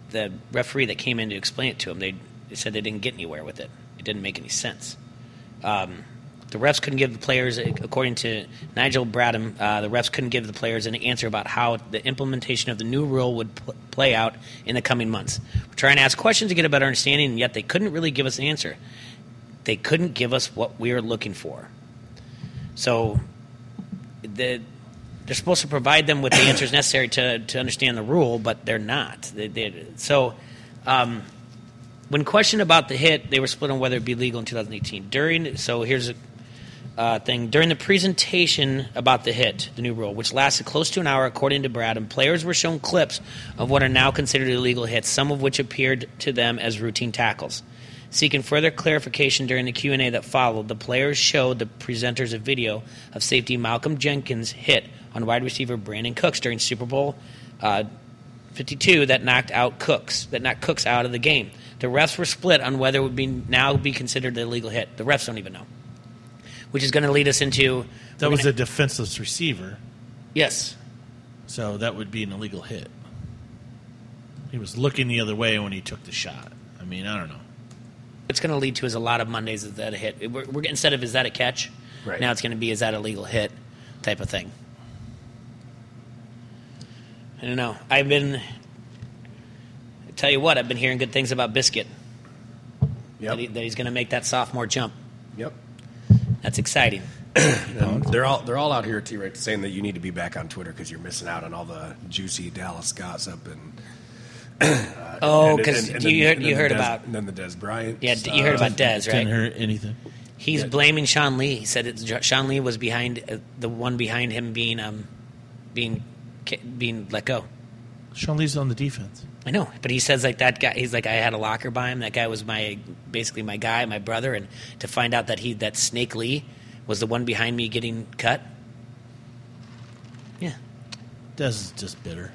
Speaker 1: the referee that came in to explain it to them, they, they said they didn't get anywhere with it. It didn't make any sense. Um, the refs couldn't give the players, according to Nigel Bradham, uh, the refs couldn't give the players any answer about how the implementation of the new rule would pl- play out in the coming months. We're trying to ask questions to get a better understanding, and yet they couldn't really give us an answer. They couldn't give us what we are looking for. So the, they're supposed to provide them with the answers necessary to, to understand the rule, but they're not. They, they, so, um, when questioned about the hit, they were split on whether it be legal in 2018. During so here's a uh, thing during the presentation about the hit, the new rule, which lasted close to an hour, according to Brad, and players were shown clips of what are now considered illegal hits, some of which appeared to them as routine tackles. Seeking further clarification during the Q&A that followed, the players showed the presenters a video of safety Malcolm Jenkins' hit on wide receiver Brandon Cooks during Super Bowl uh, 52 that knocked out Cooks, that knocked Cooks out of the game. The refs were split on whether it would be now be considered an illegal hit. The refs don't even know, which is going to lead us into
Speaker 2: That
Speaker 1: we're
Speaker 2: was
Speaker 1: gonna-
Speaker 2: a defenseless receiver,
Speaker 1: yes,
Speaker 2: so that would be an illegal hit. He was looking the other way when he took the shot. I mean, I don't know.
Speaker 1: it's going to lead to is a lot of Mondays is that a hit. We're, we're, instead of is that a catch,
Speaker 3: Right.
Speaker 1: now it's going to be is that a legal hit type of thing. I don't know. I've been I tell you what, I've been hearing good things about Biscuit
Speaker 3: Yep.
Speaker 1: that, he, that he's going to make that sophomore jump.
Speaker 3: yep.
Speaker 1: That's exciting.
Speaker 3: And they're all they're all out here at T Rex saying that you need to be back on Twitter because you're missing out on all the juicy Dallas gossip and
Speaker 1: Oh,
Speaker 3: Uh, and-
Speaker 1: because
Speaker 3: and- and
Speaker 1: you
Speaker 3: then-
Speaker 1: heard
Speaker 3: and
Speaker 1: you
Speaker 3: then the
Speaker 1: heard
Speaker 3: Des-
Speaker 1: about
Speaker 3: and then the Des Bryant.
Speaker 1: yeah
Speaker 3: stuff.
Speaker 1: you heard about Dez right?
Speaker 2: Didn't hurt anything.
Speaker 1: He's blaming Sean Lee. He said it's, Sean Lee was behind uh, the one behind him being um being ca- being let go.
Speaker 2: Sean Lee's on the defense.
Speaker 1: I know, but he says like that guy. He's like, I had a locker by him. That guy was my basically my guy, my brother, and to find out that he that Snake Lee was the one behind me getting cut. Yeah,
Speaker 2: Dez is just bitter.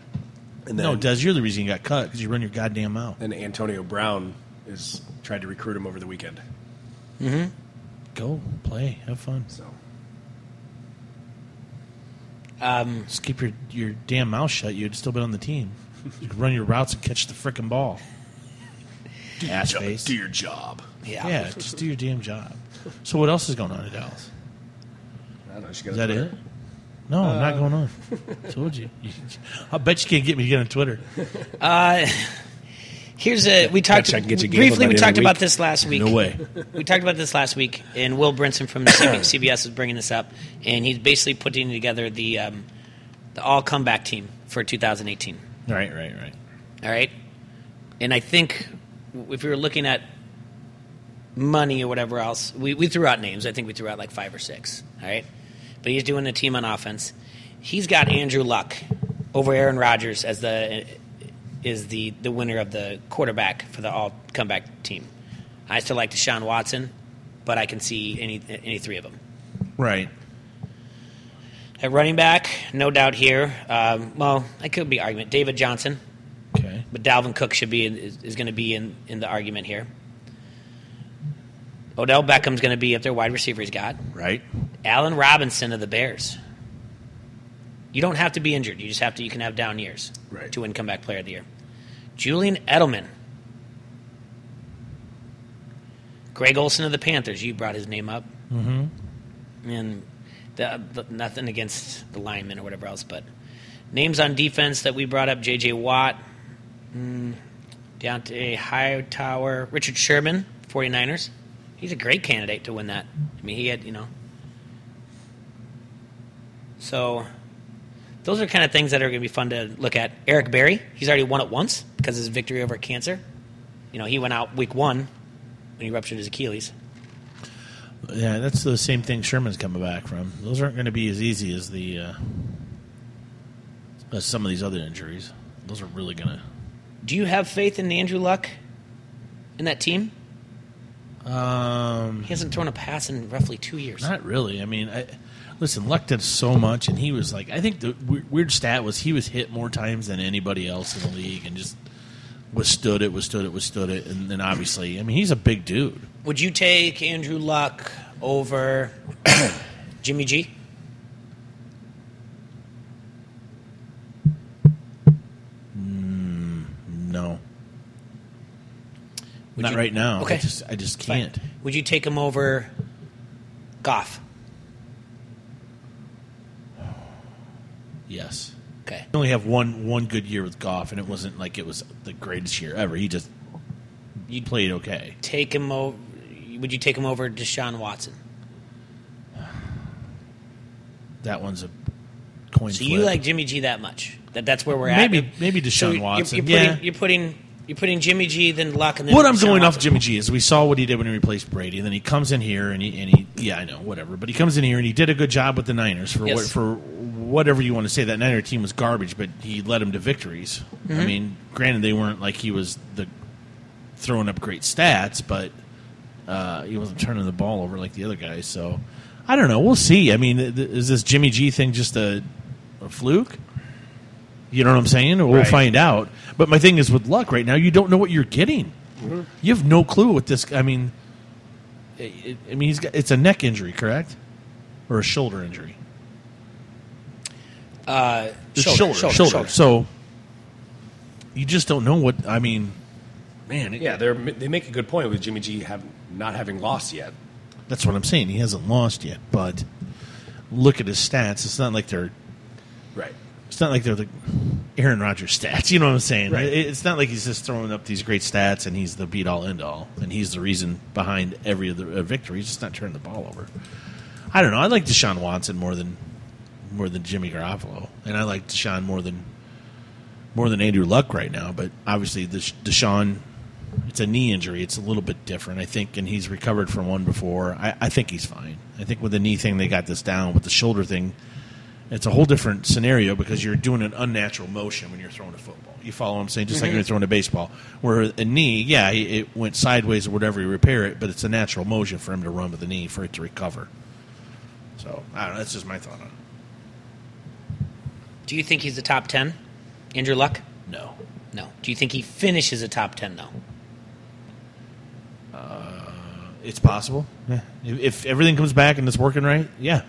Speaker 3: and then,
Speaker 2: No, Dez, you're the reason you got cut because you run your goddamn mouth.
Speaker 3: and Antonio Brown is tried to recruit him over the weekend.
Speaker 2: Go play, have fun.
Speaker 3: So
Speaker 2: Just keep your, your damn mouth shut. You'd still been on the team. You could run your routes and catch the frickin' ball. Ass
Speaker 3: Jo-
Speaker 2: face.
Speaker 3: do your job.
Speaker 1: yeah,
Speaker 2: Yeah, just do your damn job. So what else is going on in Dallas?
Speaker 3: I don't know. She got
Speaker 2: Is
Speaker 3: a
Speaker 2: that
Speaker 3: Twitter.
Speaker 2: it? No, I'm not going on. Told you. I bet you can't get me to get on Twitter.
Speaker 1: Uh, here's a we talked
Speaker 3: I can get you gambled
Speaker 1: briefly.
Speaker 3: by the end
Speaker 1: We
Speaker 3: of
Speaker 1: talked
Speaker 3: the
Speaker 1: about
Speaker 3: week.
Speaker 1: this last week.
Speaker 2: No way.
Speaker 1: We talked about this last week, and Will Brinson from CB- CBS is bringing this up, and he's basically putting together the um, the all comeback team for 2018.
Speaker 2: Right, right, right.
Speaker 1: All right. And I think if we were looking at money or whatever else, we, we threw out names. I think we threw out like five or six. All right. But he's doing the team on offense. He's got Andrew Luck over Aaron Rodgers as the is the, the winner of the quarterback for the all comeback team. I still like Deshaun Watson, but I can see any any three of them.
Speaker 2: Right.
Speaker 1: At running back, no doubt here. Um, well, I could be argument. David Johnson,
Speaker 2: Okay.
Speaker 1: but Dalvin Cook should be in, is, is going to be in, in the argument here. Odell Beckham's going to be up there. Wide receiver he's got.
Speaker 2: Right.
Speaker 1: Allen Robinson of the Bears. You don't have to be injured. You just have to. You can have down years
Speaker 3: Right.
Speaker 1: to win comeback player of the year. Julian Edelman. Greg Olson of the Panthers. You brought his name up. Mm-hmm. And the, the- nothing against the linemen or whatever else, but names on defense that we brought up: J.J. Watt, mm, Deontay Hightower, Richard Sherman, 49ers. He's a great candidate to win that. I mean, he had you know. So, those are kind of things that are going to be fun to look at. Eric Berry, he's already won it once because of his victory over cancer. You know, he went out week one when he ruptured his Achilles.
Speaker 2: Yeah, that's the same thing Sherman's coming back from. Those aren't going to be as easy as the uh, as some of these other injuries. Those are really going to.
Speaker 1: Do you have faith in Andrew Luck in that team?
Speaker 2: Um,
Speaker 1: He hasn't thrown a pass in roughly two years.
Speaker 2: not really. I mean, I, listen, Luck did so much, and he was like, I think the weird, weird stat was he was hit more times than anybody else in the league, and just withstood it, withstood it, withstood it, and then obviously, I mean, he's a big dude.
Speaker 1: Would you take Andrew Luck over Jimmy G?
Speaker 2: No,
Speaker 1: Would
Speaker 2: not
Speaker 1: you-
Speaker 2: right now.
Speaker 1: Okay.
Speaker 2: I just, I just
Speaker 1: Fine.
Speaker 2: can't.
Speaker 1: Would you take him over Goff?
Speaker 2: Yes.
Speaker 1: Okay.
Speaker 2: He only have one one good year with Goff, and it wasn't like it was the greatest year ever. He just he played okay.
Speaker 1: Take him over. Would you take him over Deshaun Watson?
Speaker 2: That one's a coin
Speaker 1: So
Speaker 2: flip.
Speaker 1: you like Jimmy G that much? That that's where we're at.
Speaker 2: Maybe- maybe Deshaun
Speaker 1: So you're-
Speaker 2: Watson.
Speaker 1: You're, putting,
Speaker 2: Yeah.
Speaker 1: you're putting you're putting Jimmy G then Luck and then
Speaker 2: what I'm
Speaker 1: Deshaun
Speaker 2: going off
Speaker 1: Watson.
Speaker 2: Jimmy G is we saw what he did when he replaced Brady, and then he comes in here and he and he yeah I know whatever, but he comes in here and he did a good job with the Niners for
Speaker 1: Yes.
Speaker 2: what, for whatever you want to say. That Niner team was garbage, but he led them to victories.
Speaker 1: Mm-hmm.
Speaker 2: I mean, granted they weren't like he was the throwing up great stats, but uh, he wasn't turning the ball over like the other guys. So I don't know. We'll see. I mean, th- th- is this Jimmy G thing just a, a fluke? You know what I'm saying? Or we'll
Speaker 1: Right.
Speaker 2: find out. But my thing is with luck right now, you don't know what you're getting. You have no clue what this. I mean, it, it- I mean, he's got, it's a neck injury, correct, or a shoulder injury?
Speaker 1: Uh,
Speaker 2: Just shoulder, shoulder, So you just don't know what. I mean, man, it-
Speaker 3: Yeah, they're, they make a good point with Jimmy G have, not having lost yet.
Speaker 2: That's what I'm saying. He hasn't lost yet, but look at his stats. It's not like they're.
Speaker 3: Right.
Speaker 2: It's not like they're the Aaron Rodgers stats. You know what I'm saying?
Speaker 3: Right.
Speaker 2: It- It's not like he's just throwing up these great stats and he's the beat all end all and he's the reason behind every other uh, victory. He's just not turning the ball over. I don't know. I like Deshaun Watson more than more than Jimmy Garoppolo, and I like Deshaun more than more than Andrew Luck right now. But obviously, Desha- Deshaun, it's a knee injury. It's a little bit different, I think, and he's recovered from one before. I, I think he's fine. I think with the knee thing, they got this down. With the shoulder thing, it's a whole different scenario because you're doing an unnatural motion when you're throwing a football. You follow what I'm saying? Just like you're throwing a baseball. Where a knee, yeah, it it went sideways or whatever, you repair it, but it's a natural motion for him to run with the knee for it to recover. So, I don't know. That's just my thought on it.
Speaker 1: Do you think he's the top 10? Andrew Luck?
Speaker 2: No.
Speaker 1: No. Do you think he finishes a top 10, though?
Speaker 2: It's possible. Yeah. If, if everything comes back and it's working right, yeah.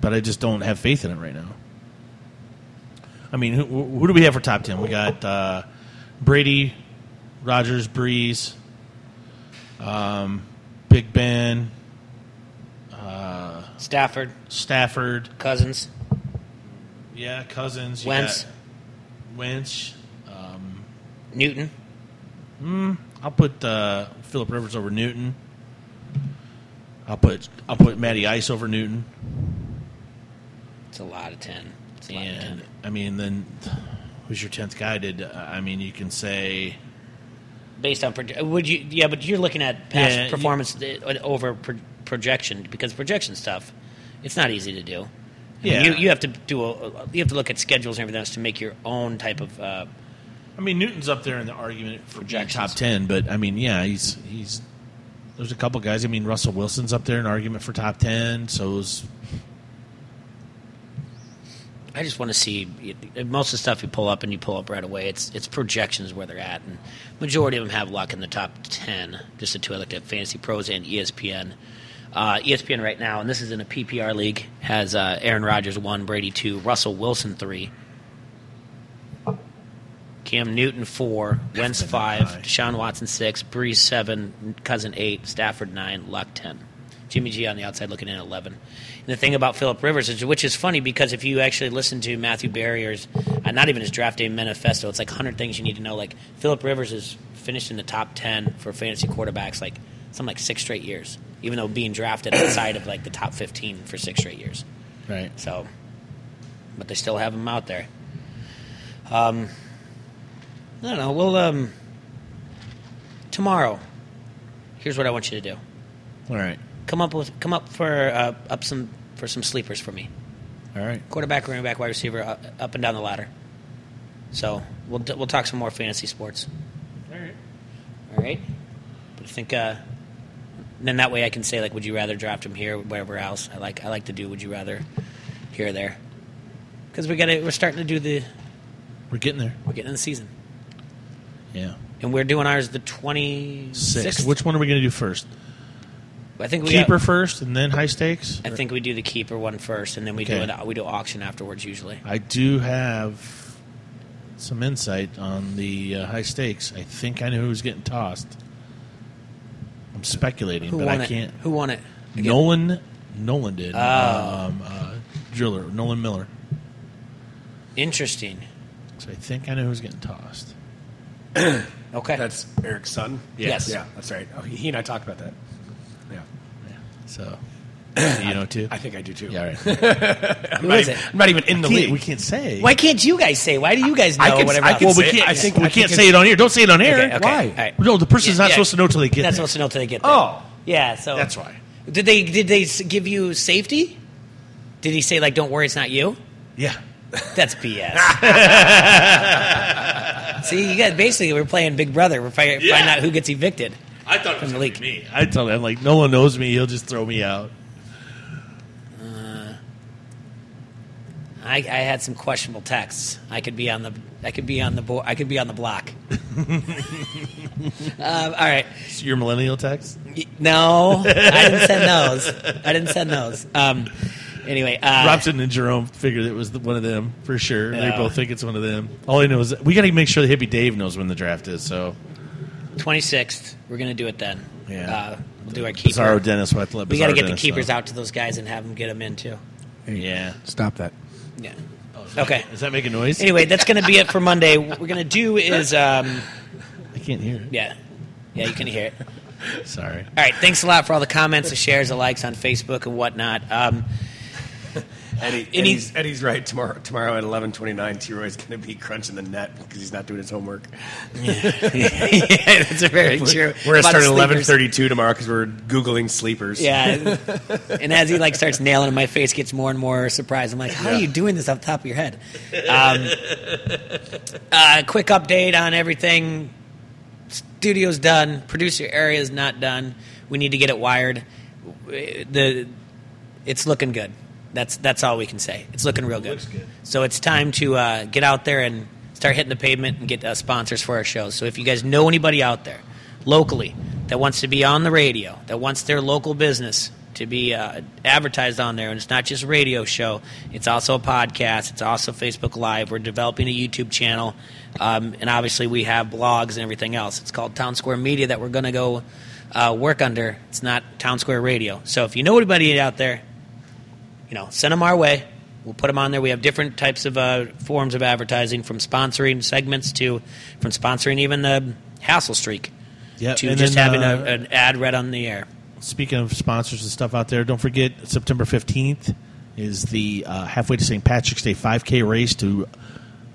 Speaker 2: But I just don't have faith in it right now. I mean, who, who do we have for top ten? We got uh, Brady, Rogers, Breeze, um, Big Ben,
Speaker 1: Stafford,
Speaker 2: Stafford.
Speaker 1: Cousins,
Speaker 2: Yeah, Cousins. you
Speaker 1: Wentz,
Speaker 2: got Wentz.
Speaker 1: Newton.
Speaker 2: I'll put uh, Philip Rivers over Newton. I'll put I'll put Matty Ice over Newton.
Speaker 1: It's a lot of 10. It's a lot of 10.
Speaker 2: And I mean, then who's your tenth guy? Did uh, I mean you can say
Speaker 1: Based on proj- would you? Yeah, but you're looking at past
Speaker 2: Yeah, you-
Speaker 1: performance uh, over pro- projection because projection stuff, it's not easy to do. I mean,
Speaker 2: Yeah.
Speaker 1: you, you have to do a, you have to look at schedules and everything else to make your own type of. Uh,
Speaker 2: I mean Newton's up there in the argument for being
Speaker 1: Projections.
Speaker 2: top ten, but I mean yeah, he's he's there's a couple guys. I mean Russell Wilson's up there in argument for top ten. So's
Speaker 1: I just want to see most of the stuff you pull up and you pull up right away. It's it's projections where they're at, and majority of them have luck in the top ten. Just the two I looked at: Fantasy Pros and E ESPN. Uh, ESPN right now, and this is in a PPR league, has uh, Aaron Rodgers one, Brady two, Russell Wilson three, Cam Newton four, Wentz
Speaker 2: been that
Speaker 1: five,
Speaker 2: high.
Speaker 1: Deshaun Watson six, Breeze seven, Cousin eight, Stafford nine, Luck ten. Jimmy G on the outside looking in at eleven. And the thing about Philip Rivers is, which is funny because if you actually listen to Matthew Barrier's, uh, not even his draft day manifesto, it's like hundred things you need to know. Like Philip Rivers is finished in the top ten for fantasy quarterbacks, like something like six straight years, even though being drafted outside of like the top fifteen for six straight years.
Speaker 2: right.
Speaker 1: So, but they still have him out there. Um, I don't know. Well, um, tomorrow, here's what I want you to do.
Speaker 2: All right,
Speaker 1: Come up with, come up for uh, up some for some sleepers for me.
Speaker 2: all right.
Speaker 1: Quarterback, running back, wide receiver, uh, up and down the ladder. So we'll d- we'll talk some more fantasy sports.
Speaker 2: All right.
Speaker 1: All right. But I think uh, then that way I can say like, would you rather draft him here, or wherever else? I like I like to do would you rather here or there because we got to we're starting to do the
Speaker 2: We're getting there.
Speaker 1: we're getting in the season
Speaker 2: Yeah.
Speaker 1: and we're doing ours the twenty
Speaker 2: Six.
Speaker 1: sixth.
Speaker 2: Which one are we going to do first?
Speaker 1: I think we got-
Speaker 2: Keeper first, and then high stakes.
Speaker 1: I think we do the keeper one first, and then we
Speaker 2: Okay.
Speaker 1: do it. We do auction afterwards usually.
Speaker 2: I do have some insight on the uh, high stakes. I think I know who's getting tossed. I'm speculating,
Speaker 1: Who
Speaker 2: but
Speaker 1: won
Speaker 2: I
Speaker 1: it?
Speaker 2: can't.
Speaker 1: Who won it? Again, Oh.
Speaker 2: Nolan, Nolan did. Um, uh, driller Nolan Miller.
Speaker 1: Interesting.
Speaker 2: So I think I know who's getting tossed.
Speaker 1: Okay.
Speaker 3: That's Eric's son?
Speaker 1: Yes.
Speaker 3: Yeah, that's right. Oh, he and I talked about that. Yeah.
Speaker 2: So you know too.
Speaker 3: I think I do too.
Speaker 2: yeah, all right.
Speaker 1: Who is it?
Speaker 3: I'm not even in the
Speaker 2: Can't- we
Speaker 3: league.
Speaker 2: can't say.
Speaker 1: Why can't you guys say? Why do you guys know?
Speaker 3: I can-
Speaker 1: whatever.
Speaker 3: I
Speaker 1: else?
Speaker 3: can
Speaker 2: Well, we
Speaker 3: say-
Speaker 2: can't.
Speaker 3: I think-
Speaker 2: we
Speaker 3: I
Speaker 2: can't
Speaker 3: think
Speaker 2: say it on here. Don't say it on air.
Speaker 1: Okay, okay,
Speaker 2: Why?
Speaker 1: all right.
Speaker 2: No, the person's
Speaker 1: Yeah,
Speaker 2: not
Speaker 1: yeah.
Speaker 2: supposed to know till they get
Speaker 1: That's
Speaker 2: there.
Speaker 1: supposed to know till they get there.
Speaker 3: Oh.
Speaker 1: yeah. So
Speaker 2: That's why.
Speaker 1: Did they did they s- give you safety? Did he say like, "Don't worry, it's not you"?
Speaker 2: Yeah.
Speaker 1: That's BS. See, you guys basically we're playing Big Brother. We're fi-
Speaker 2: Yeah.
Speaker 1: finding out who gets evicted.
Speaker 2: I thought it
Speaker 1: From
Speaker 2: was
Speaker 1: the
Speaker 2: gonna
Speaker 1: league.
Speaker 2: be me. I tell them like no one knows me. He'll just throw me out.
Speaker 1: I, I had some questionable texts. I could be on the I could be on the bo- I could be on the block. um, all right.
Speaker 2: So your millennial text?
Speaker 1: Y- No, I didn't send those. I didn't send those. Um, anyway, uh,
Speaker 2: Robson and Jerome figured it was the, one of them for sure. They
Speaker 1: Yeah.
Speaker 2: both think it's one of them. All I know is that we got to make sure the hippie Dave knows when the draft is. So
Speaker 1: 26th. We're gonna do it then.
Speaker 2: Yeah.
Speaker 1: Uh, we'll do our keeper.
Speaker 2: Bizarro Dennis, what I thought
Speaker 1: we got to
Speaker 2: Bizarro
Speaker 1: get the
Speaker 2: Dennis,
Speaker 1: keepers
Speaker 2: though.
Speaker 1: out to those guys and have them get them in too.
Speaker 2: Yeah.
Speaker 3: Stop that.
Speaker 1: Yeah. Okay.
Speaker 2: Does that make a noise?
Speaker 1: Anyway, that's going to be it for Monday. What we're going to do is, um,
Speaker 2: I can't hear it.
Speaker 1: yeah, yeah, you can hear it.
Speaker 2: Sorry.
Speaker 1: All right, thanks a lot for all the comments, the shares, the likes on Facebook and whatnot. Um,
Speaker 3: Eddie,
Speaker 1: And he-
Speaker 3: Eddie's, Eddie's right. Tomorrow, tomorrow at eleven twenty nine, T Roy's going to be crunching the net because he's not doing his homework.
Speaker 1: yeah, that's very
Speaker 3: We're
Speaker 1: true.
Speaker 3: going to
Speaker 1: About
Speaker 3: start
Speaker 1: the
Speaker 3: at eleven
Speaker 1: sleepers.
Speaker 3: thirty two tomorrow because we're googling sleepers.
Speaker 1: Yeah, and as he like starts nailing it, my face gets more and more surprised. I'm like, how are you doing this off the top of your head? Um, uh, quick update on everything. Studio's done. Producer area's not done. We need to get it wired. W- The it's looking good. That's that's all we can say. It's looking real good.
Speaker 2: Looks good.
Speaker 1: So it's time to uh, get out there and start hitting the pavement and get uh, sponsors for our shows. So if you guys know anybody out there locally that wants to be on the radio, that wants their local business to be uh, advertised on there, and it's not just a radio show, it's also a podcast, it's also Facebook Live. We're developing a YouTube channel, um, and obviously we have blogs and everything else. It's called Town Square Media that we're going to go uh, work under. It's not Town Square Radio. So if you know anybody out there, you know, send them our way. We'll put them on there. We have different types of uh, forms of advertising, from sponsoring segments to from sponsoring even the hassle streak
Speaker 2: Yep,
Speaker 1: to
Speaker 2: and
Speaker 1: just
Speaker 2: then,
Speaker 1: having
Speaker 2: uh,
Speaker 1: a, an ad read on the air.
Speaker 2: Speaking of sponsors and stuff out there, don't forget September 15th is the uh, halfway to St. Patrick's Day 5K race to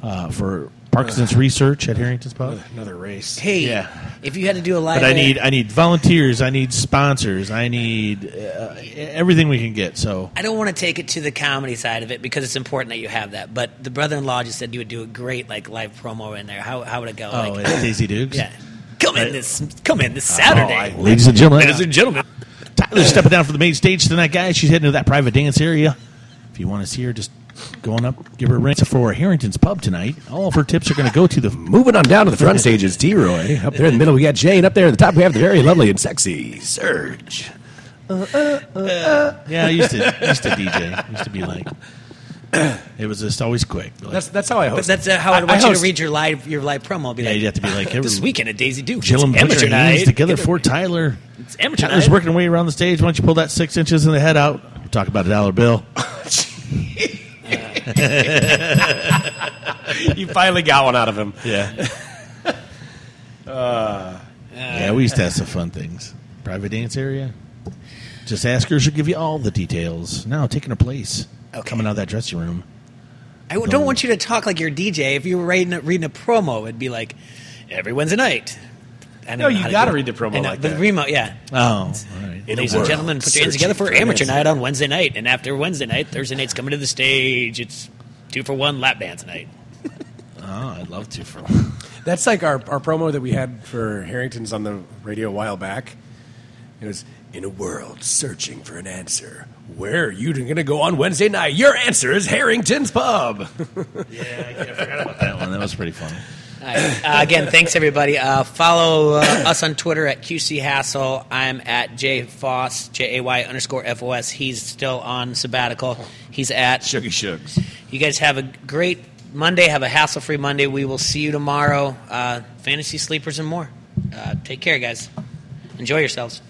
Speaker 2: uh, for Parkinson's research at Harrington's Park.
Speaker 3: Another race.
Speaker 1: Hey,
Speaker 2: Yeah.
Speaker 1: if you had to do a live,
Speaker 2: But I need I need volunteers, I need sponsors, I need uh, everything we can get. So
Speaker 1: I don't want to take it to the comedy side of it because it's important that you have that. But the brother-in-law just said you would do a great like live promo in there. How, how would it go?
Speaker 2: oh,
Speaker 1: like,
Speaker 2: it's Daisy Dukes.
Speaker 1: yeah, come in this come in this Saturday.
Speaker 2: Oh, I- ladies and gentlemen,
Speaker 1: Ladies and gentlemen.
Speaker 2: Tyler's stepping down from the main stage tonight, guys. She's heading to that private dance area. If you want to see her, just go on up, give her a ring for Harrington's Pub tonight. All of her tips are going to go to the
Speaker 4: Moving on down to the front stage is T Roy. Up there in the middle, we got Jane. Up there at the top, we have the very lovely and sexy Serge.
Speaker 2: Yeah, I used to used to DJ. I used to be like, it was just always quick. Like,
Speaker 4: That's that's how I
Speaker 1: But
Speaker 4: host.
Speaker 1: that's uh, how I,
Speaker 4: I-
Speaker 1: want
Speaker 4: I
Speaker 1: you to
Speaker 4: host-
Speaker 1: read your live your live promo. I'll be
Speaker 2: yeah,
Speaker 1: like, "Ah,
Speaker 2: you'd have to be like every,
Speaker 1: this weekend at Daisy Duke.
Speaker 2: Jill and
Speaker 1: it's
Speaker 2: Butcher
Speaker 1: amateur night.
Speaker 2: hands together for Tyler.
Speaker 1: amateur
Speaker 2: Tyler's
Speaker 1: night.
Speaker 2: working way around the stage. Why don't you pull that six inches in the head out? We'll talk about a dollar bill.
Speaker 1: Uh,
Speaker 3: you finally got one out of him.
Speaker 2: Yeah. yeah, we used to have some fun things. Private dance area. Just ask her. She'll give you all the details. Now taking her place.
Speaker 1: Okay.
Speaker 2: Coming out of that dressing room.
Speaker 1: I don't want you to talk like your DJ. If you were reading a, reading a promo, it'd be like every Wednesday night. I don't
Speaker 3: No,
Speaker 1: know
Speaker 3: you
Speaker 1: how
Speaker 3: gotta
Speaker 1: do it.
Speaker 3: read the promo
Speaker 1: I know,
Speaker 3: like
Speaker 1: the
Speaker 3: that.
Speaker 1: Remo, yeah.
Speaker 2: Oh, all right.
Speaker 4: In a
Speaker 1: Ladies and
Speaker 4: world
Speaker 1: gentlemen, put your hands
Speaker 4: searching
Speaker 1: together for
Speaker 4: for an
Speaker 1: amateur
Speaker 4: answer.
Speaker 1: night on Wednesday night, and after Wednesday night, Thursday night's coming to the stage. It's two for one lap dance night.
Speaker 2: Oh, I'd love to for
Speaker 3: That's like our, our promo that we had for Harrington's on the radio a while back. It was
Speaker 4: In a world searching for an answer, where are you going to go on Wednesday night? Your answer is Harrington's Pub.
Speaker 2: that one. That was pretty funny.
Speaker 1: All right. Uh, again, thanks everybody. Uh, follow uh, us on Twitter at QC Hassel. I'm at J Foss J A Y underscore F O S. He's still on sabbatical. He's at
Speaker 4: Shooky Shooks.
Speaker 1: You guys have a great Monday. Have a hassle free Monday. We will see you tomorrow. Uh, fantasy sleepers and more. Uh, take care, guys. Enjoy yourselves.